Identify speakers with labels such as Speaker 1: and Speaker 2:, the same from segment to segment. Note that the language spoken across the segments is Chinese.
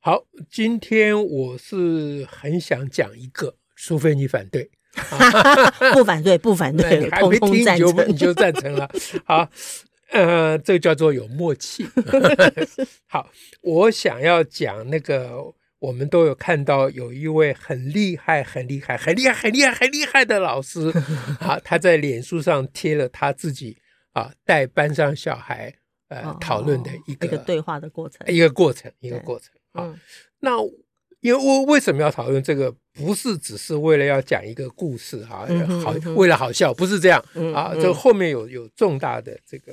Speaker 1: 好，今天我是很想讲一个，除非你反对。
Speaker 2: 不反对，不反对，
Speaker 1: 还没
Speaker 2: 通通
Speaker 1: 听
Speaker 2: 赞
Speaker 1: 你就
Speaker 2: 成
Speaker 1: 你就赞成了。好，呃，这叫做有 默契。好，我想要讲那个，我们都有看到有一位很厉害、很厉害、很厉害、很厉害、很厉害的 老师啊，他在脸书上贴了他自己啊带班上小孩呃
Speaker 2: 哦 哎
Speaker 1: 讨论的一个
Speaker 2: 一个对话的过程。
Speaker 1: 一个过程，一个
Speaker 2: 对
Speaker 1: 过程啊。
Speaker 2: 嗯
Speaker 1: 那因为我为什么要讨论这个？不是只是为了要讲一个故事啊，
Speaker 2: 嗯哼
Speaker 1: 好
Speaker 2: 嗯哼
Speaker 1: 为了好笑，不是这样
Speaker 2: 嗯
Speaker 1: 啊。
Speaker 2: 嗯
Speaker 1: 这后面有有重大的这个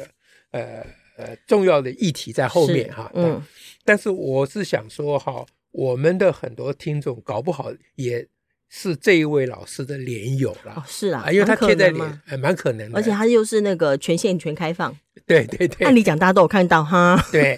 Speaker 1: 呃呃重要的议题在后面
Speaker 2: 是
Speaker 1: 哈、啊。
Speaker 2: 嗯，
Speaker 1: 但是我是想说哈、我们的很多听众搞不好也是这一位老师的连友
Speaker 2: 哦
Speaker 1: 啦，，
Speaker 2: 是啊，
Speaker 1: 因为他
Speaker 2: 蛮可
Speaker 1: 贴在
Speaker 2: 能嘛
Speaker 1: 脸，呃蛮可能的，
Speaker 2: 而且他又是那个权限全开放，
Speaker 1: 对对对
Speaker 2: 按理讲大家都有看到哈，
Speaker 1: 对。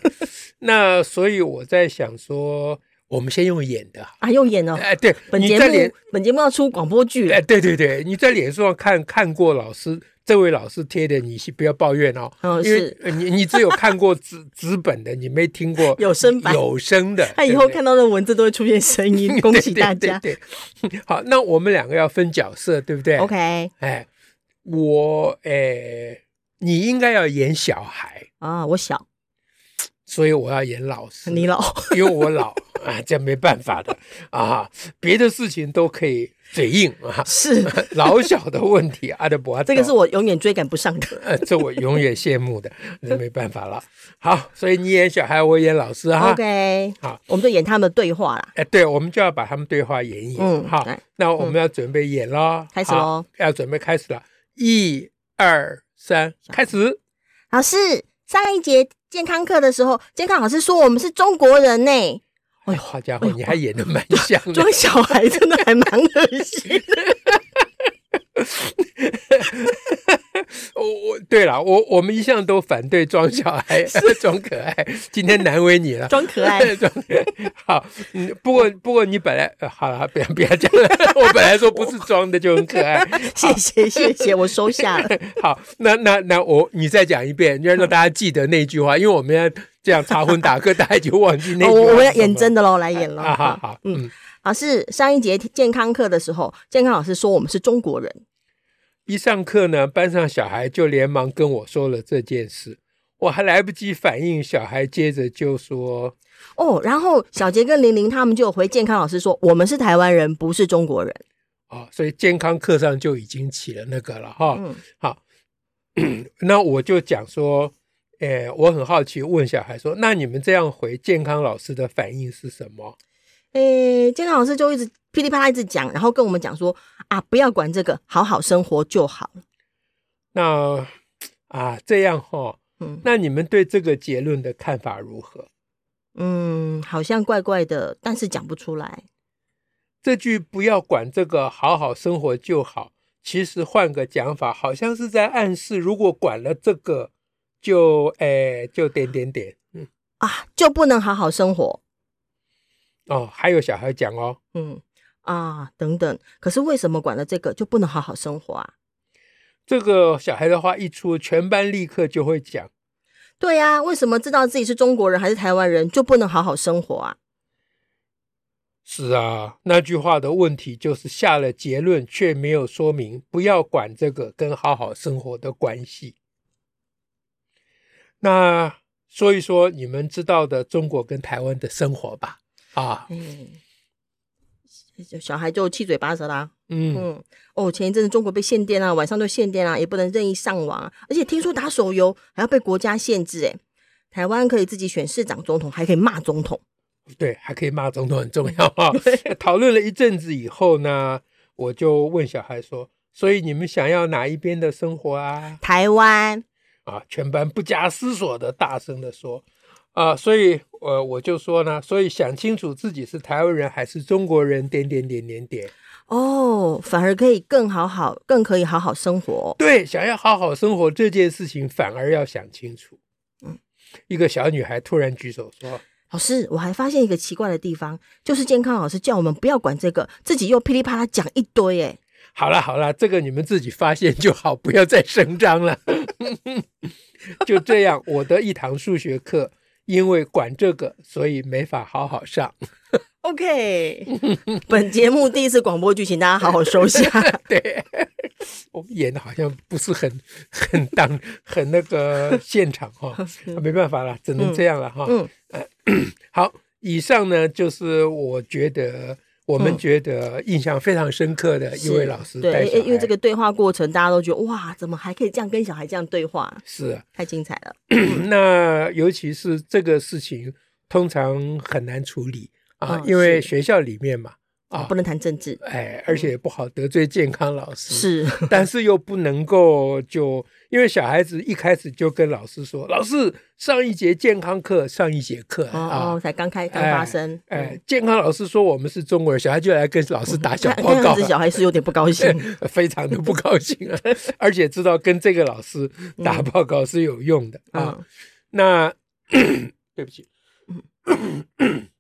Speaker 1: 那所以我在想说，我们先用演的，
Speaker 2: 啊，用演哦。
Speaker 1: 哎、对，
Speaker 2: 本
Speaker 1: 你
Speaker 2: 节
Speaker 1: 在脸
Speaker 2: 目本节目要出广播剧
Speaker 1: 哎，
Speaker 2: 了，
Speaker 1: 对对对，你在脸书上看看过老师这位老师贴的，你是不要抱怨哦，
Speaker 2: 嗯
Speaker 1: 因为
Speaker 2: 是
Speaker 1: 呃你你只有看过纸纸本的，你没听过
Speaker 2: 有声版
Speaker 1: 有声的。
Speaker 2: 他以
Speaker 1: 对
Speaker 2: 后
Speaker 1: 不对
Speaker 2: 看到那文字都会出现声音，恭喜大家。
Speaker 1: 对对对 对好，那我们两个要分角色，对不对
Speaker 2: OK
Speaker 1: 哎，我哎，你应该要演小孩，
Speaker 2: 啊，我小，
Speaker 1: 所以我要演老师，
Speaker 2: 你老，，
Speaker 1: 因为我老啊，这没办法的啊，别的事情都可以嘴硬 啊
Speaker 2: 是
Speaker 1: 老小的问题阿德伯，
Speaker 2: 这个是我永远追赶不上 的。
Speaker 1: 呃，这我永远羡慕的，那没办法了。好，所以你演小孩，我演老师哈。
Speaker 2: OK，
Speaker 1: 啊好，
Speaker 2: 我们就演他们的对话啦。
Speaker 1: 哎，对，我们就要把他们对话演一演。
Speaker 2: 嗯
Speaker 1: 好
Speaker 2: 来，
Speaker 1: 那我们要准备演喽，
Speaker 2: 开始
Speaker 1: 好
Speaker 2: 喽，
Speaker 1: 要准备开始了，一二三，开始。
Speaker 2: 老师，上一节健康课的时候，健康老师说我们是中国人呢、
Speaker 1: 哎呦，好家伙，你还演 的蛮像的
Speaker 2: 装。小孩真的还蛮恶心。
Speaker 1: 我我对了，我我们一向都反对装小孩、 装可爱，今天难为你了。
Speaker 2: 装可 爱
Speaker 1: 装可爱好，嗯，不过不过你本来、呃、好了，不要不要讲了， 我本来说不是装的就很可爱，
Speaker 2: 谢谢谢谢，我收下了。
Speaker 1: 好，那那那我你再讲一遍，要让大家记得那句话，因为我们要这样插混打嗝，大家就忘记那
Speaker 2: 哦
Speaker 1: 句 话。
Speaker 2: 我我要演真的喽，来演喽。
Speaker 1: 啊，好
Speaker 2: 好
Speaker 1: 好，
Speaker 2: 嗯
Speaker 1: 嗯，
Speaker 2: 老师，上一节健康课的时候，健康老师说我们是中国人。
Speaker 1: 一上课呢，班上小孩就连忙跟我说了这件事，我还来不及反应，小孩接着就说
Speaker 2: 哦，然后小杰跟玲玲他们就有回健康老师说，我们是台湾人，不是中国人。：“
Speaker 1: 哦，所以健康课上就已经起了那个了哈。
Speaker 2: 嗯
Speaker 1: 好， 那我就讲说，呃，我很好奇问小孩说，那你们这样回健康老师的反应是什么？
Speaker 2: 诶，健康老师就一直噼里啪啦一直讲，然后跟我们讲说啊，不要管这个，好好生活就好。
Speaker 1: 那啊，这样哈、
Speaker 2: 嗯
Speaker 1: 那你们对这个结论的看法如何？
Speaker 2: 嗯，好像怪怪的，但是讲不出来。
Speaker 1: 这句“不要管这个，好好生活就好”，其实换个讲法，好像是在暗示，如果管了这个，就诶、就点点点。嗯，
Speaker 2: 啊，就不能好好生活，
Speaker 1: 哦，还有小孩讲哦，
Speaker 2: 嗯啊等等。可是为什么管了这个就不能好好生活啊？
Speaker 1: 这个小孩的话一出，全班立刻就会讲。
Speaker 2: 对呀、为什么知道自己是中国人还是台湾人就不能好好生活啊？
Speaker 1: 是啊，那句话的问题就是下了结论却没有说明不要管这个跟好好生活的关系。那说一说你们知道的中国跟台湾的生活吧。啊，
Speaker 2: 哎，小哎小孩就七嘴八舌啦。
Speaker 1: 嗯，
Speaker 2: 嗯，哦，前一阵子中国被限电啊，晚上就限电啊，也不能任意上网啊，而且听说打手游还要被国家限制、哎，台湾可以自己选市长、总统，还可以骂总统。
Speaker 1: 对，还可以骂总统很重要啊。讨论了一阵子以后呢，我就问小孩说：“所以你们想要哪一边的生活啊？”
Speaker 2: 台湾
Speaker 1: 啊，全班不假思索的大声的说：“啊、所以呃，我就说呢，所以想清楚自己是台湾人还是中国人，点点点点点。
Speaker 2: 哦，反而可以更好好，更可以好好生活。
Speaker 1: 对，想要好好生活这件事情，反而要想清楚。
Speaker 2: 嗯
Speaker 1: 嗯，一个小女孩突然举手说
Speaker 2: 老师，我还发现一个奇怪的地方，就是健康老师叫我们不要管这个，自己又噼里啪啦讲一堆，哎，：“
Speaker 1: 好了好了，这个你们自己发现就好，不要再声张了。” 就这样，我的一堂数学课，因为管这个，所以没法好好上。
Speaker 2: OK，本节目第一次广播剧，请大家好好收 下。
Speaker 1: 对，我们演的好像不是很很当 很那个现场 哈、没办法了，只能这样了哈、呃
Speaker 2: 嗯
Speaker 1: 好，以上呢就是我觉得我们
Speaker 2: 嗯
Speaker 1: 觉得印象非常深刻的一位老师
Speaker 2: 对，
Speaker 1: 带
Speaker 2: 因
Speaker 1: 小
Speaker 2: 为因为这
Speaker 1: 孩
Speaker 2: 个对话过程，大家都觉得哇，怎么还可以这样跟小孩这样对话，
Speaker 1: 是 啊，
Speaker 2: 太精彩了。
Speaker 1: 那尤其是这个事情，通常很难处理啊，
Speaker 2: 嗯
Speaker 1: 因为
Speaker 2: 是
Speaker 1: 学校里面嘛啊
Speaker 2: 不，能谈政治，
Speaker 1: 哎，而且也不好得罪健康老师，
Speaker 2: 是
Speaker 1: 但是又不能够就，因为小孩子一开始就跟老师说，老师上一节健康课，上一节课
Speaker 2: 哦哦，
Speaker 1: 啊，
Speaker 2: 才刚开刚发生，嗯
Speaker 1: 哎，健康老师说我们是中国人，小孩就来跟老师打小
Speaker 2: 看
Speaker 1: 报
Speaker 2: 看
Speaker 1: 告
Speaker 2: 样子小
Speaker 1: 了。。
Speaker 2: 孩是有点不高兴
Speaker 1: 非常的不高兴 啊，而且知道跟这个老师打报告是有用的、啊。
Speaker 2: 嗯，
Speaker 1: 那对不起，
Speaker 2: 嗯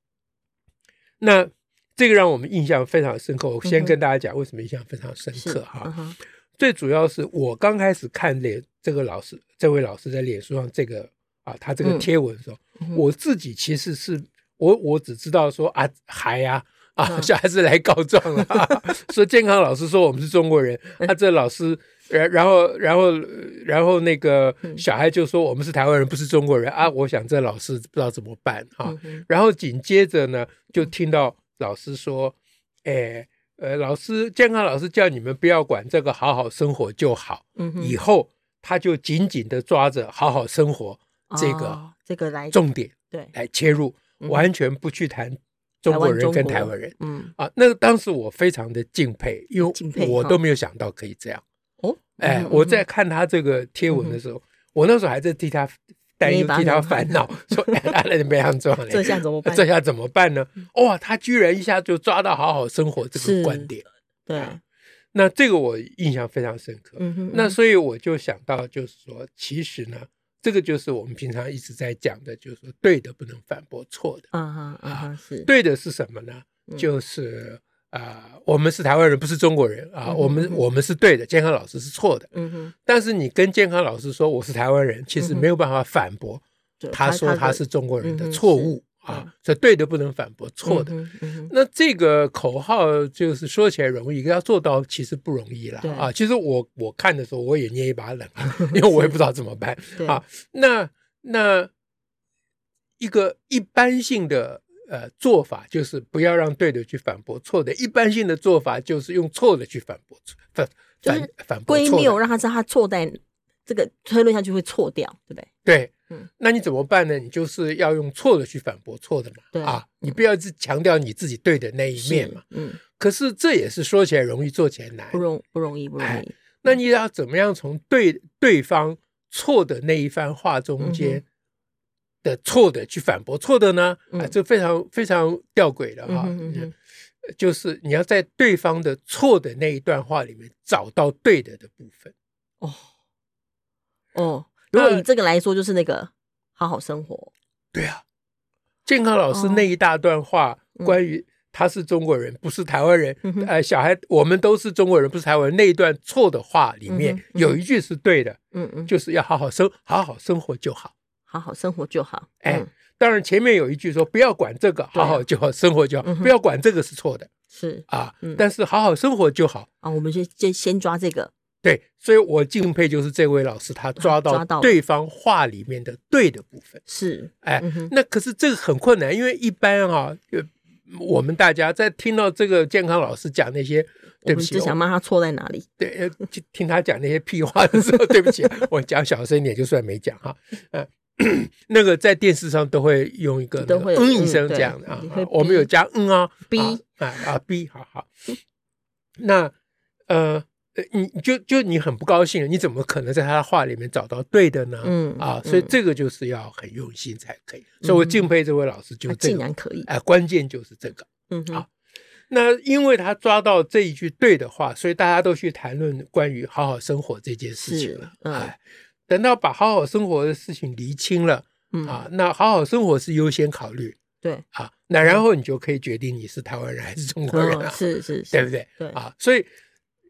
Speaker 1: 那这个让我们印象非常深刻。我
Speaker 2: 嗯
Speaker 1: 先
Speaker 2: 哼
Speaker 1: 跟大家讲为什么印象非常深
Speaker 2: 是
Speaker 1: 刻哈、
Speaker 2: 嗯哼
Speaker 1: 最主要是我刚开始看脸这个老师，这位老师在脸书上这个啊，他这个
Speaker 2: 嗯
Speaker 1: 贴文的时候，
Speaker 2: 嗯哼
Speaker 1: 我自己其实是我我只知道说啊，孩呀啊，
Speaker 2: 嗯
Speaker 1: 小孩子来告状了， 啊说健康老师说我们是中国人，
Speaker 2: 嗯
Speaker 1: 啊，这老师。然然后，然后，呃然后那个
Speaker 2: 嗯
Speaker 1: 小孩就说我们是台湾人，不是中国人啊！我想这老师不知道怎么办啊
Speaker 2: 嗯。哼
Speaker 1: 然后紧接着呢，就听到老师说：“哎，呃，老师，健康老师叫你们不要管这个，好好生活就好。
Speaker 2: 嗯哼
Speaker 1: 以后他就紧紧的抓着好好生活这个
Speaker 2: 哦这个来
Speaker 1: 重点
Speaker 2: 对，
Speaker 1: 来切入，
Speaker 2: 嗯
Speaker 1: 完全不去谈中国人跟台湾人。
Speaker 2: 嗯，
Speaker 1: 啊，那个当时我非常的敬佩，因
Speaker 2: 敬佩
Speaker 1: 为我
Speaker 2: 哈
Speaker 1: 都没有想到可以这样。
Speaker 2: 哦，
Speaker 1: 哎
Speaker 2: 嗯，哼
Speaker 1: 我在看他这个贴文的时候，我那时候还在替他担
Speaker 2: 你
Speaker 1: 忧、
Speaker 2: 把
Speaker 1: 替他
Speaker 2: 脑
Speaker 1: 烦恼，说哎他那怎么样 状
Speaker 2: 这下怎么办？
Speaker 1: 这下怎么办呢？
Speaker 2: 嗯
Speaker 1: 哇，他居然一下就抓到好好生活这个
Speaker 2: 是
Speaker 1: 观点，
Speaker 2: 对，
Speaker 1: 那这个我印象非常深刻。
Speaker 2: 嗯哼，
Speaker 1: 啊那所以我就想到，就是说，其实呢，这个就是我们平常一直在讲的，就是说，对的不能反驳错的。
Speaker 2: 啊哈啊哈是，
Speaker 1: 对的是什么呢？
Speaker 2: 嗯
Speaker 1: 就是啊、呃我们是台湾人，不是中国人啊、
Speaker 2: 嗯哼
Speaker 1: 我们
Speaker 2: 嗯哼
Speaker 1: 我们是对的，健康老师是错的。
Speaker 2: 嗯哼，
Speaker 1: 但是你跟健康老师说我是台湾人，其实
Speaker 2: 嗯哼
Speaker 1: 没有办法反驳
Speaker 2: 对
Speaker 1: 他说
Speaker 2: 的
Speaker 1: 他是中国人
Speaker 2: 嗯
Speaker 1: 的
Speaker 2: 哼
Speaker 1: 错误
Speaker 2: 是嗯
Speaker 1: 啊，所以对的不能反驳错的。
Speaker 2: 嗯哼嗯哼
Speaker 1: 那这个口号就是说起来容易，要做到其实不容易了
Speaker 2: 对
Speaker 1: 啊。其实我我看的时候我也捏一把冷汗， 因为我也不知道怎么办
Speaker 2: 对
Speaker 1: 啊。那那一个一般性的呃做法就是不要让对的去反驳错的，一般性的做法就是用错的去反驳错反
Speaker 2: 就是
Speaker 1: 反反驳
Speaker 2: 归
Speaker 1: 错
Speaker 2: 谬，
Speaker 1: 的。
Speaker 2: 让他知道他错在这个推论下去会错掉，对不对？
Speaker 1: 对
Speaker 2: 嗯，
Speaker 1: 那你怎么办呢？你就是要用错的去反驳错的嘛。
Speaker 2: 对
Speaker 1: 啊，你不要只强调你自己对的那一面嘛。
Speaker 2: 是，嗯，
Speaker 1: 可是这也是说起来容易，做起来难
Speaker 2: 不。容不容易，不容
Speaker 1: 哎
Speaker 2: 易，
Speaker 1: 那你要怎么样从对对方错的那一番话中
Speaker 2: 嗯
Speaker 1: 间的错的去反驳错的呢？啊，
Speaker 2: 嗯
Speaker 1: 这非常非常吊诡的
Speaker 2: 嗯
Speaker 1: 哈
Speaker 2: 哼嗯，哼
Speaker 1: 就是你要在对方的错的那一段话里面找到对的的部分。
Speaker 2: 哦哦，如果
Speaker 1: 那
Speaker 2: 以这个来说，就是那个好好生活，
Speaker 1: 对啊，健康老师
Speaker 2: 哦
Speaker 1: 那一大段话
Speaker 2: 嗯
Speaker 1: 关于他是中国人，不是台湾人
Speaker 2: 嗯哼，
Speaker 1: 呃，小孩我们都是中国人，不是台湾人那一段错的话里
Speaker 2: 嗯
Speaker 1: 面
Speaker 2: 哼嗯哼
Speaker 1: 有一句是对的，
Speaker 2: 嗯嗯，
Speaker 1: 就是要好好生好好生活就好。
Speaker 2: 好好生活就好，
Speaker 1: 哎
Speaker 2: 嗯，
Speaker 1: 当然前面有一句说不要管这个，
Speaker 2: 对啊
Speaker 1: 好好就好生活就好
Speaker 2: 嗯，哼
Speaker 1: 不要管这个是错的
Speaker 2: 是
Speaker 1: 啊
Speaker 2: 嗯。
Speaker 1: 但是好好生活就好。
Speaker 2: 啊，我们先先先抓这个，
Speaker 1: 对，所以我敬佩就是这位老师，他
Speaker 2: 抓
Speaker 1: 抓到
Speaker 2: 到了
Speaker 1: 对方话里面的对的部分。
Speaker 2: 是，
Speaker 1: 哎
Speaker 2: 嗯哼，
Speaker 1: 那可是这个很困难，因为一般哈、呃我们大家在听到这个健康老师讲那些，
Speaker 2: 我
Speaker 1: 对不
Speaker 2: 们
Speaker 1: 起，
Speaker 2: 只想
Speaker 1: 我
Speaker 2: 骂他错在哪里，
Speaker 1: 对，呃就听他讲那些屁话的时候，对不起，啊我讲小声一点，就算没讲哈。呃，那个在电视上都会用一个
Speaker 2: 都
Speaker 1: 那个
Speaker 2: 会有
Speaker 1: 嗯
Speaker 2: 嗯
Speaker 1: 一声
Speaker 2: 对
Speaker 1: 这样的啊
Speaker 2: 你会，
Speaker 1: 我们有加嗯啊
Speaker 2: 哔
Speaker 1: 啊啊啊哔，好好。那呃，呃，你你就就你很不高兴，你怎么可能在他的话里面找到对的呢？
Speaker 2: 嗯
Speaker 1: 啊，
Speaker 2: 嗯
Speaker 1: 所以这个就是要很用心才可以。所以我敬佩这位老师，就
Speaker 2: 啊
Speaker 1: 这
Speaker 2: 竟
Speaker 1: 个，哎、
Speaker 2: 然可以，
Speaker 1: 关键就是这个。
Speaker 2: 嗯哼
Speaker 1: 好，那因为他抓到这一句对的话，所以大家都去谈论关于好好生活这件事情了
Speaker 2: 是。嗯
Speaker 1: 哎，等到把好好生活的事情厘清了
Speaker 2: 嗯，
Speaker 1: 啊，那好好生活是优先考虑
Speaker 2: 对，
Speaker 1: 啊，那然后你就可以决定你是台湾人还是中国人
Speaker 2: 嗯
Speaker 1: 啊，
Speaker 2: 是是
Speaker 1: 对
Speaker 2: 是，
Speaker 1: 不对？
Speaker 2: 对
Speaker 1: 啊，所以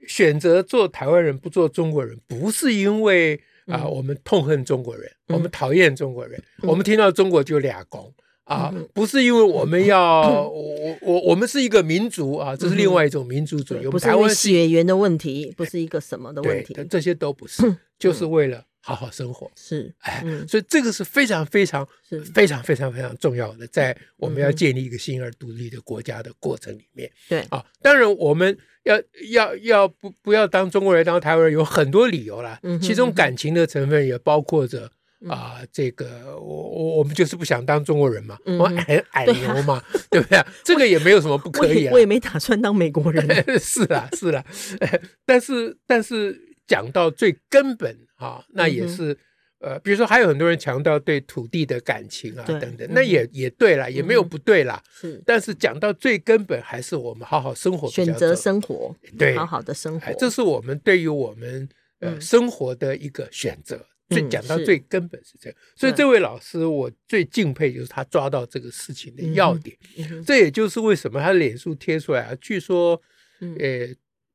Speaker 1: 选择做台湾人不做中国人，不是因为啊、
Speaker 2: 嗯
Speaker 1: 我们痛恨中国人，
Speaker 2: 嗯
Speaker 1: 我们讨厌中国人，
Speaker 2: 嗯
Speaker 1: 我们听到中国就俩公。啊
Speaker 2: 嗯哼，嗯
Speaker 1: 不是因为我们要，我我我们是一个民族啊，这是另外一种民族主义。
Speaker 2: 对
Speaker 1: 我
Speaker 2: 不
Speaker 1: 们
Speaker 2: 是
Speaker 1: 台
Speaker 2: 因为
Speaker 1: 湾是
Speaker 2: 血缘的问题，不是一个什么的问
Speaker 1: 对
Speaker 2: 题，
Speaker 1: 的，这些都不是，就是为了好好生活。
Speaker 2: 是，
Speaker 1: 哎
Speaker 2: 嗯，
Speaker 1: 所以这个是非常非常
Speaker 2: 是
Speaker 1: 非常非常非常重要的，在我们要
Speaker 2: 嗯哼
Speaker 1: 建立一个新而独立的国家的过程里面。
Speaker 2: 对
Speaker 1: 啊，当然我们要要要不不要当中国人当台湾人有很多理由啦
Speaker 2: 嗯，哼嗯
Speaker 1: 其中感情的成分也包括着。啊、这个我我我们就是不想当中国人嘛，
Speaker 2: 嗯
Speaker 1: 我们很矮
Speaker 2: 对啊
Speaker 1: 牛嘛，对不对？ 这个也没有什么不
Speaker 2: 我
Speaker 1: 可以
Speaker 2: 也
Speaker 1: 啊哎
Speaker 2: 我。也没打算当美国人，
Speaker 1: 是啦，是啦，呃但是但是讲到最根本啊，那也
Speaker 2: 嗯哼
Speaker 1: 是、呃，比如说还有很多人强调对土地的感情啊
Speaker 2: 对
Speaker 1: 等等
Speaker 2: 嗯，哼
Speaker 1: 那也也对啦，也没有
Speaker 2: 嗯哼
Speaker 1: 不对啦。
Speaker 2: 是
Speaker 1: 但是讲到最根本，还是我们好好生活比较
Speaker 2: 选择
Speaker 1: 重
Speaker 2: 生活，
Speaker 1: 对
Speaker 2: 好好的生活
Speaker 1: 哎，，这是我们对于我们呃、
Speaker 2: 嗯
Speaker 1: 生活的一个选择。最
Speaker 2: 嗯
Speaker 1: 讲到
Speaker 2: 是嗯
Speaker 1: 最根本是这个，所以
Speaker 2: 对
Speaker 1: 这位老师我最敬佩就是他抓到这个事情的
Speaker 2: 嗯哼
Speaker 1: 要点。
Speaker 2: 嗯哼
Speaker 1: 这也就是为什么他脸书贴出来啊，据说，
Speaker 2: 嗯
Speaker 1: 呃，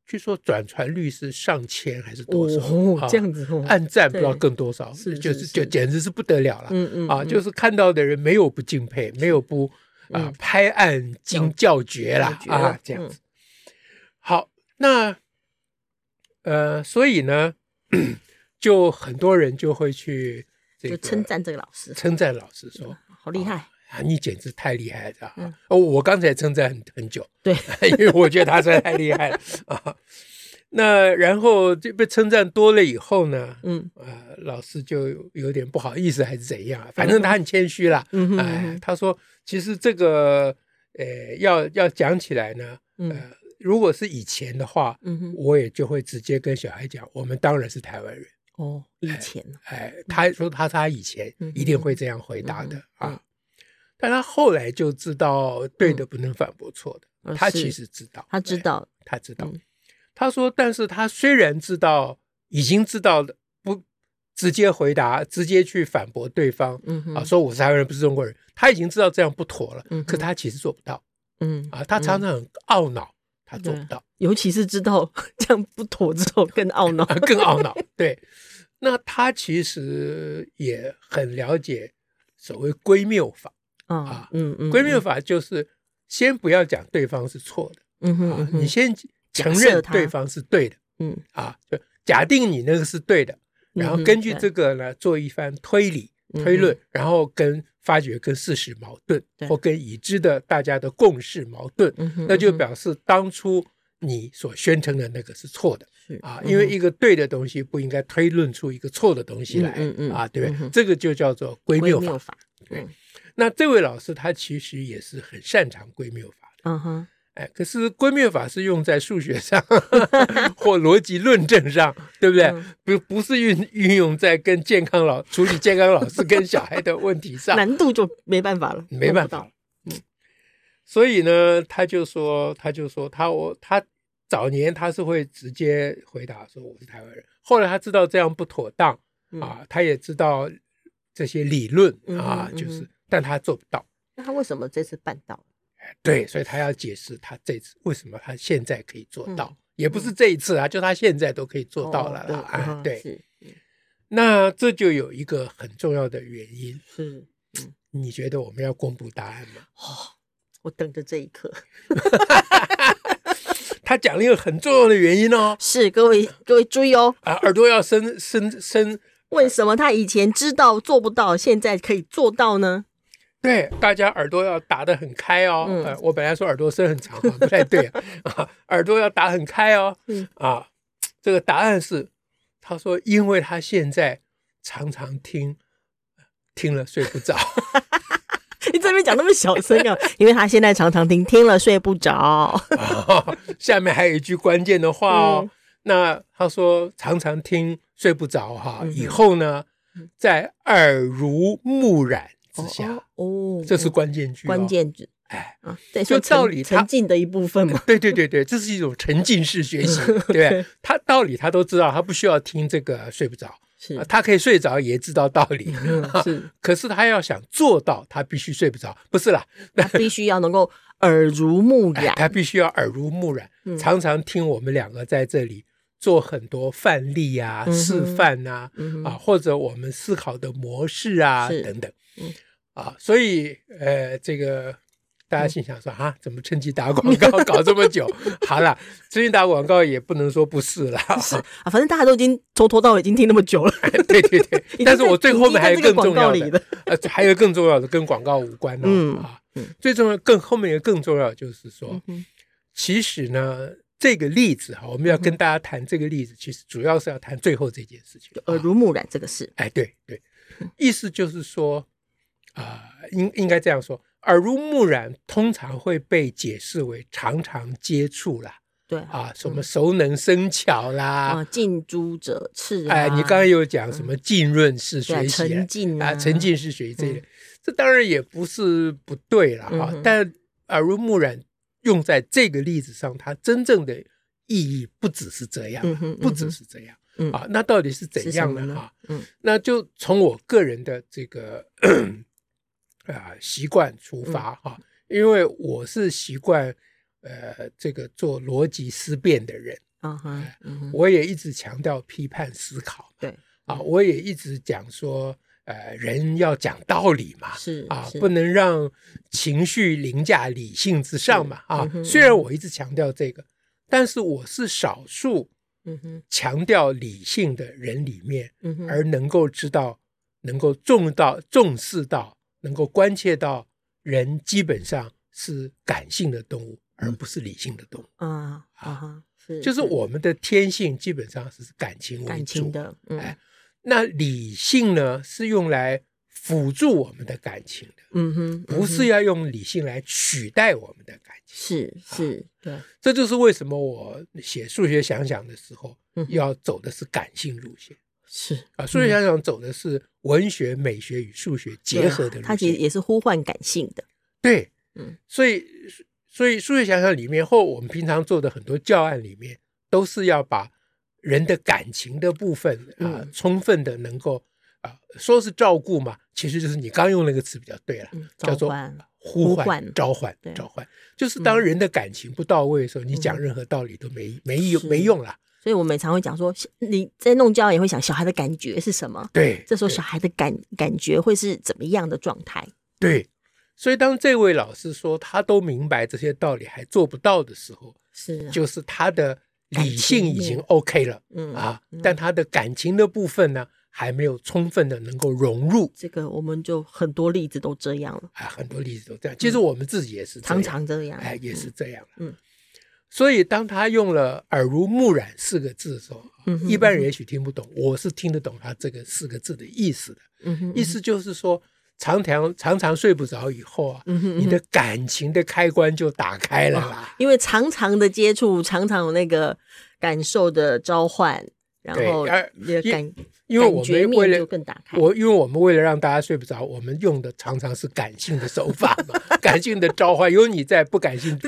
Speaker 1: 据说转传率是上千还是多少？
Speaker 2: 哦
Speaker 1: 啊，
Speaker 2: 这样子哦，
Speaker 1: 暗赞不知道
Speaker 2: 对
Speaker 1: 更多少，
Speaker 2: 是
Speaker 1: 就是就是简直是不得了了
Speaker 2: 嗯嗯
Speaker 1: 啊！
Speaker 2: 嗯
Speaker 1: 就是看到的人没有不敬佩，没有不啊
Speaker 2: 嗯
Speaker 1: 拍案惊叫绝啦
Speaker 2: 叫绝嗯
Speaker 1: 啊
Speaker 2: 了，
Speaker 1: 这样子。好，那呃，所以呢， 就很多人就会去这
Speaker 2: 就
Speaker 1: 个
Speaker 2: 称赞嗯这个老师
Speaker 1: 称赞老师说，
Speaker 2: 好厉害，
Speaker 1: 啊，你简直太厉害了！
Speaker 2: 嗯
Speaker 1: 哦，我刚才称赞很很久，
Speaker 2: 对，
Speaker 1: 因为我觉得他实在太厉害了啊。那然后就被称赞多了以后呢，
Speaker 2: 嗯
Speaker 1: 呃，老师就有点不好意思还是怎样啊，反正他很谦虚啦。
Speaker 2: 嗯哼嗯
Speaker 1: 哎
Speaker 2: 哼，
Speaker 1: 他说其实这个呃，要要讲起来呢，呃
Speaker 2: 嗯，
Speaker 1: 如果是以前的话，
Speaker 2: 嗯哼，
Speaker 1: 我也就会直接跟小孩讲，我们当然是台湾人。
Speaker 2: 哦，以前呢
Speaker 1: 哎，他说他他以前
Speaker 2: 嗯
Speaker 1: 一定会这样回答的、
Speaker 2: 嗯嗯
Speaker 1: 啊，但他后来就知道对的不能反驳错的，
Speaker 2: 呃
Speaker 1: 他
Speaker 2: 是
Speaker 1: 其实知道，
Speaker 2: 他知
Speaker 1: 哎
Speaker 2: 道，
Speaker 1: 他知道
Speaker 2: 嗯，
Speaker 1: 他说，但是他虽然知道已经知道的，不直接回答，直接去反驳对方
Speaker 2: 嗯
Speaker 1: 啊，
Speaker 2: 哼，
Speaker 1: 说我是台湾人不是中国人，他已经知道这样不妥了
Speaker 2: 嗯哼，
Speaker 1: 可他其实做不到
Speaker 2: 嗯
Speaker 1: 啊，他
Speaker 2: 嗯
Speaker 1: 常常很懊恼，他做不
Speaker 2: 对
Speaker 1: 到。
Speaker 2: 尤其是知道 这样不妥之后更懊 恼，
Speaker 1: 啊，更懊恼。对，那他其实也很了解所谓归谬法。
Speaker 2: 啊
Speaker 1: 啊，
Speaker 2: 嗯嗯，
Speaker 1: 归谬法就是先不要讲对方是错的
Speaker 2: 嗯哼，
Speaker 1: 啊
Speaker 2: 嗯，
Speaker 1: 你
Speaker 2: 哼，
Speaker 1: 先承
Speaker 2: 假设
Speaker 1: 认
Speaker 2: 他
Speaker 1: 对方是对的
Speaker 2: 嗯，
Speaker 1: 啊，就假定你那个是对的，然后
Speaker 2: 嗯哼
Speaker 1: 根据
Speaker 2: 对
Speaker 1: 这个呢做一番推理、
Speaker 2: 嗯
Speaker 1: 推
Speaker 2: 哼
Speaker 1: 论，然后跟发掘跟事实矛盾
Speaker 2: 对
Speaker 1: 或跟已知的大家的共识矛盾，
Speaker 2: 嗯哼，
Speaker 1: 那就
Speaker 2: 嗯哼
Speaker 1: 表示当初你所宣称的那个是错的。
Speaker 2: 是
Speaker 1: 啊，
Speaker 2: 嗯
Speaker 1: 因为
Speaker 2: 哼
Speaker 1: 一个对的东西不应该推论出一个错的东西来、
Speaker 2: 嗯嗯嗯
Speaker 1: 啊，对不
Speaker 2: 嗯
Speaker 1: 对？
Speaker 2: 哼
Speaker 1: 这个就叫做归
Speaker 2: 归
Speaker 1: 谬
Speaker 2: 谬
Speaker 1: 法。
Speaker 2: 法，
Speaker 1: 那这位老师他其实也是很擅长归谬法的，
Speaker 2: 嗯哼，
Speaker 1: 哎，可是归谬法是用在数学 上或逻辑论证上，对不对？
Speaker 2: 嗯
Speaker 1: 不不是运运用在跟健康老处理健康老师跟小孩的问题上，
Speaker 2: 难度就没办法了，
Speaker 1: 没办法
Speaker 2: 做
Speaker 1: 了。所以呢，他就说，他就说他我他早年他是会直接回答说我是台湾人，后来他知道这样不妥当
Speaker 2: 不到，嗯，
Speaker 1: 啊，他也知道这些理论啊
Speaker 2: 嗯哼，
Speaker 1: 就
Speaker 2: 嗯
Speaker 1: 是
Speaker 2: 哼，
Speaker 1: 但他做不到，
Speaker 2: 那他为什么这次办到了？
Speaker 1: 对，所以他要解释他这次为什么他现在可以做
Speaker 2: 嗯
Speaker 1: 到，也不是这一次啊，就他现在都可以做到了啦，
Speaker 2: 哦
Speaker 1: 啊，
Speaker 2: 嗯
Speaker 1: 对，
Speaker 2: 是
Speaker 1: 那这就有一个很重要的原因，
Speaker 2: 是，
Speaker 1: 你觉得我们要公布答案吗？
Speaker 2: 哦，我等着这一 刻。
Speaker 1: 他讲了一个很重要的原因哦，
Speaker 2: 是各位各位注意哦，
Speaker 1: 啊，耳朵要伸伸伸
Speaker 2: 为什么他以前知道做不到，现在可以做到呢？
Speaker 1: 对，大家耳朵要打得很开哦。
Speaker 2: 嗯
Speaker 1: 呃，我本来说耳朵伸很长，不太对啊 啊，耳朵要打很开哦。
Speaker 2: 嗯
Speaker 1: 啊，这个答案是，他说，因为他现在常常听，听了睡不着。
Speaker 2: 你这边讲那么小声啊？ 因为他现在常常听，听了睡不着。
Speaker 1: 下面还有一句关键的话哦，
Speaker 2: 嗯
Speaker 1: 那他说常常听睡不着哈，
Speaker 2: 嗯
Speaker 1: 以后呢，在耳濡目染之
Speaker 2: 哦
Speaker 1: 下，
Speaker 2: 哦，
Speaker 1: 这是
Speaker 2: 哦
Speaker 1: 关键句哦，
Speaker 2: 关键字
Speaker 1: 哎。
Speaker 2: 啊，对，
Speaker 1: 就
Speaker 2: 所以
Speaker 1: 道
Speaker 2: 沉
Speaker 1: 理他
Speaker 2: 沉浸的一部分 嘛。
Speaker 1: 对对对对，这是一种沉浸式学习，对不对他道理他都知道，他不需要听这个睡不着，
Speaker 2: 是
Speaker 1: 啊他可以睡着也知道道理，
Speaker 2: 嗯是，
Speaker 1: 可是他要想做到，他必须睡不着，不是啦，
Speaker 2: 他必须要能够耳濡目
Speaker 1: 哎
Speaker 2: 染，
Speaker 1: 他必须要耳濡目染，
Speaker 2: 嗯
Speaker 1: 常常听我们两个在这里做很多范例啊、
Speaker 2: 嗯哼
Speaker 1: 示范啊，
Speaker 2: 嗯哼
Speaker 1: 啊，或者我们思考的模式啊
Speaker 2: 是
Speaker 1: 等等
Speaker 2: 嗯，
Speaker 1: 啊，所以呃，这个大
Speaker 2: 嗯
Speaker 1: 家心想说啊，怎么趁机打广告搞这么久？ 好了，趁机打广告也不能说不是啦，
Speaker 2: 是啊，反正大家都已经从头到尾已经听那么久了，
Speaker 1: 对对对
Speaker 2: 已经，
Speaker 1: 哎但是
Speaker 2: 在
Speaker 1: 我最
Speaker 2: 已
Speaker 1: 后
Speaker 2: 经
Speaker 1: 面还
Speaker 2: 在
Speaker 1: 有
Speaker 2: 这个
Speaker 1: 更
Speaker 2: 广
Speaker 1: 重
Speaker 2: 告
Speaker 1: 要
Speaker 2: 里
Speaker 1: 的，
Speaker 2: 了，
Speaker 1: 呃，还有更重要的跟广告无关
Speaker 2: 嗯
Speaker 1: 哦啊
Speaker 2: 嗯，
Speaker 1: 最重要更后面有更重要的就是说
Speaker 2: 嗯，哼
Speaker 1: 其实呢，这个例子哈，我们要跟大家谈这个例
Speaker 2: 嗯
Speaker 1: 子，其实主要是要谈最后这件事情。
Speaker 2: 耳
Speaker 1: 啊
Speaker 2: 濡目染这个事，
Speaker 1: 哎，对对，
Speaker 2: 嗯
Speaker 1: 意思就是说，啊、应应该这样说，耳濡目染通常会被解释为常常接触啦，
Speaker 2: 对啊
Speaker 1: 啊，什么熟能生巧啦，
Speaker 2: 啊，近朱者赤啊，
Speaker 1: 哎，你刚才有讲什么浸润式
Speaker 2: 对啊
Speaker 1: 学习啊
Speaker 2: 沉浸
Speaker 1: 啊，沉浸式学习这一类，
Speaker 2: 嗯
Speaker 1: 这当然也不是不对了哈、
Speaker 2: 嗯哼
Speaker 1: 但耳濡目染用在这个例子上，它真正的意义不只是这样，
Speaker 2: 嗯哼嗯哼
Speaker 1: 不只是这样、
Speaker 2: 嗯
Speaker 1: 啊。那到底是
Speaker 2: 是
Speaker 1: 怎
Speaker 2: 什
Speaker 1: 样
Speaker 2: 么呢
Speaker 1: 啊？
Speaker 2: 嗯
Speaker 1: 那就从我个人的这个 啊、习惯出发
Speaker 2: 嗯
Speaker 1: 哈、因为我是习惯呃这个做逻辑思辨的人，
Speaker 2: 啊哈，嗯哼
Speaker 1: 哎我也一直强调批判思考嘛，
Speaker 2: 对
Speaker 1: 啊，我也一直讲说，呃，人要讲道理嘛，
Speaker 2: 是
Speaker 1: 啊，
Speaker 2: 是
Speaker 1: 不能让情绪凌驾理性之上嘛，
Speaker 2: 是
Speaker 1: 啊
Speaker 2: 嗯，哼
Speaker 1: 虽然我一直强调这个，但是我是少数
Speaker 2: 嗯哼
Speaker 1: 强调理性的人里面，
Speaker 2: 嗯哼，
Speaker 1: 而能够知道，能够重到重视到，能够关切到，人基本上是感性的动物，而不是理性的动物。
Speaker 2: 啊啊哈，是
Speaker 1: 就是我们的天性基本上是感情为主，
Speaker 2: 感情的，嗯
Speaker 1: 哎那理性呢是用来辅助我们的感情的，
Speaker 2: 嗯哼，
Speaker 1: 不
Speaker 2: 嗯
Speaker 1: 是
Speaker 2: 哼
Speaker 1: 要用理性来取代我们的感情。
Speaker 2: 是
Speaker 1: 啊
Speaker 2: 是，对，
Speaker 1: 这就是为什么我写数学想想的时候
Speaker 2: 嗯哼嗯
Speaker 1: 要走的是感性路线
Speaker 2: 是
Speaker 1: 啊，数学想想走的是文学、美学与数学结合的
Speaker 2: 对啊
Speaker 1: 路
Speaker 2: 它其实
Speaker 1: 线。
Speaker 2: 也是呼唤感性的，
Speaker 1: 对，
Speaker 2: 嗯，
Speaker 1: 所以所以数学想想里面或我们平常做的很多教案里面，都是要把人的感情的部分啊、
Speaker 2: 嗯
Speaker 1: 充分的能够啊、说是照顾嘛，其实就是你刚用那个词比较对了，
Speaker 2: 嗯，
Speaker 1: 叫
Speaker 2: 召
Speaker 1: 做
Speaker 2: 唤
Speaker 1: 呼
Speaker 2: 呼
Speaker 1: 唤、
Speaker 2: 唤
Speaker 1: 召唤
Speaker 2: 对、
Speaker 1: 召唤，就是当人的感情不到位的时候，你讲
Speaker 2: 嗯
Speaker 1: 任何道理都没没用
Speaker 2: 是
Speaker 1: 没用了。
Speaker 2: 所以我们常会讲说，你在弄教案也会想小孩的感觉是什么？
Speaker 1: 对，
Speaker 2: 这时候
Speaker 1: 对
Speaker 2: 小孩的感感觉会是怎么样的状态？
Speaker 1: 对。所以，当这位老师说他都明白这些道理还做不到的时候，
Speaker 2: 是啊，
Speaker 1: 就是他的
Speaker 2: 感
Speaker 1: 理
Speaker 2: 情
Speaker 1: 性已经
Speaker 2: 面
Speaker 1: OK 了。
Speaker 2: 嗯
Speaker 1: 啊
Speaker 2: 嗯，
Speaker 1: 但他的感情的部分呢，还没有充分的能够融入
Speaker 2: 这个我们就很多例子都这样了，
Speaker 1: 啊，很多例子都这样。其实我们自己也是这样
Speaker 2: 嗯常常这样，
Speaker 1: 哎，也是这样。
Speaker 2: 嗯，
Speaker 1: 所以当他用了“耳濡目染”四个字的时候，
Speaker 2: 嗯哼
Speaker 1: 一般人也许听不懂，我是听得懂他这个四个字的意思的。
Speaker 2: 嗯哼，
Speaker 1: 意思就是说，常常常常睡不着以后啊，
Speaker 2: 嗯哼嗯哼啊
Speaker 1: 你的感情的开关就打开了啦。
Speaker 2: 因为常常的接触，常常有那个感受的召唤，然
Speaker 1: 对
Speaker 2: 后
Speaker 1: 而
Speaker 2: 也
Speaker 1: 因
Speaker 2: 感
Speaker 1: 因为
Speaker 2: 感
Speaker 1: 我
Speaker 2: 觉
Speaker 1: 们为
Speaker 2: 面就
Speaker 1: 了
Speaker 2: 更打开，
Speaker 1: 我因为我们为了让大家睡不着，我们用的常常是感性的手法 嘛，感性的召唤。有你在，不感性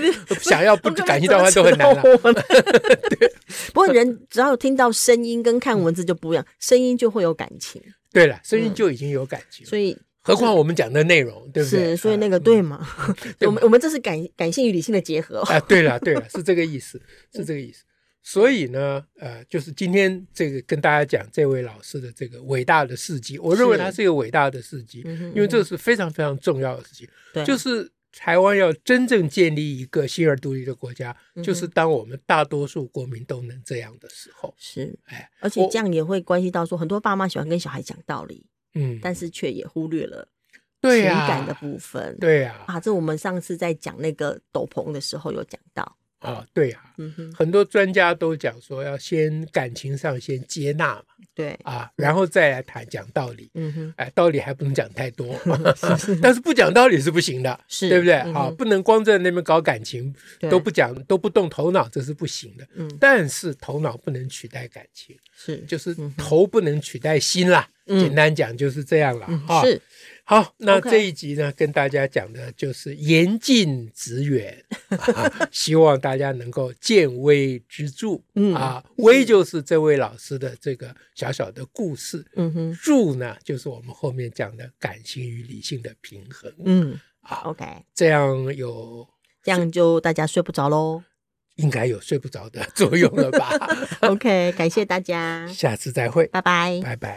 Speaker 1: 想要
Speaker 2: 哦
Speaker 1: 不感性召唤都很难了。啊
Speaker 2: 对，不过人只要听到声音跟看文字就不一样，声音就会有感情，
Speaker 1: 对了，声音就已经有感情了，
Speaker 2: 所以
Speaker 1: 何况我们讲的内容，对不
Speaker 2: 是
Speaker 1: 对？
Speaker 2: 所以那
Speaker 1: 啊
Speaker 2: 个对嘛？
Speaker 1: 对
Speaker 2: 我们我们这是感感性与理性的结合哦，
Speaker 1: 啊，对了，对了，是这个意思，是这个意思。所以呢，呃，就是今天这个跟大家讲这位老师的这个伟大的事迹，我认为
Speaker 2: 是
Speaker 1: 他是一个伟大的事迹，
Speaker 2: 嗯哼
Speaker 1: 因为这是非常非常重要的事情。
Speaker 2: 对，
Speaker 1: 就是台湾要真正建立一个新而独立的国家，
Speaker 2: 嗯
Speaker 1: 就是当我们大多数国民都能这样的时候，
Speaker 2: 是，
Speaker 1: 哎，
Speaker 2: 而且这样也会关系到说，很多爸妈喜欢跟小孩讲道理，
Speaker 1: 嗯，
Speaker 2: 但是却也忽略了
Speaker 1: 对
Speaker 2: 情
Speaker 1: 呀、
Speaker 2: 感的部分。
Speaker 1: 对呀、
Speaker 2: 啊，这我们上次在讲那个斗篷的时候有讲到，
Speaker 1: 啊，对啊，
Speaker 2: 嗯哼，
Speaker 1: 很多专家都讲说要先感情上先接纳嘛，
Speaker 2: 对，
Speaker 1: 啊，然后再来谈讲道理。
Speaker 2: 嗯哼，
Speaker 1: 哎，道理还不能讲太 多， 但是不讲道理是不行的，
Speaker 2: 是
Speaker 1: 对不对？
Speaker 2: 嗯哼
Speaker 1: 啊，不能光在那边搞感情，
Speaker 2: 对
Speaker 1: 都不讲都不动头脑，这是不行的。
Speaker 2: 嗯
Speaker 1: 但是头脑不能取代感情，
Speaker 2: 是
Speaker 1: 就是
Speaker 2: 嗯哼
Speaker 1: 头不能取代心啦。
Speaker 2: 嗯
Speaker 1: 简单讲就是这样了
Speaker 2: 嗯
Speaker 1: 啊。
Speaker 2: 是
Speaker 1: 好，那
Speaker 2: OK
Speaker 1: 这一集呢，跟大家讲的就是严禁 职远、啊，希望大家能够见微知著。
Speaker 2: 嗯
Speaker 1: 啊，微就是这位老师的这个小小的故事，
Speaker 2: 嗯哼，
Speaker 1: 著呢就是我们后面讲的感性与理性的平衡。
Speaker 2: 嗯
Speaker 1: 啊，
Speaker 2: ，OK，
Speaker 1: 这样有
Speaker 2: 这样就大家睡不着喽。
Speaker 1: 应该有睡不着的作用了吧？
Speaker 2: OK，感谢大家，
Speaker 1: 下次再会，
Speaker 2: 拜拜。
Speaker 1: 拜拜。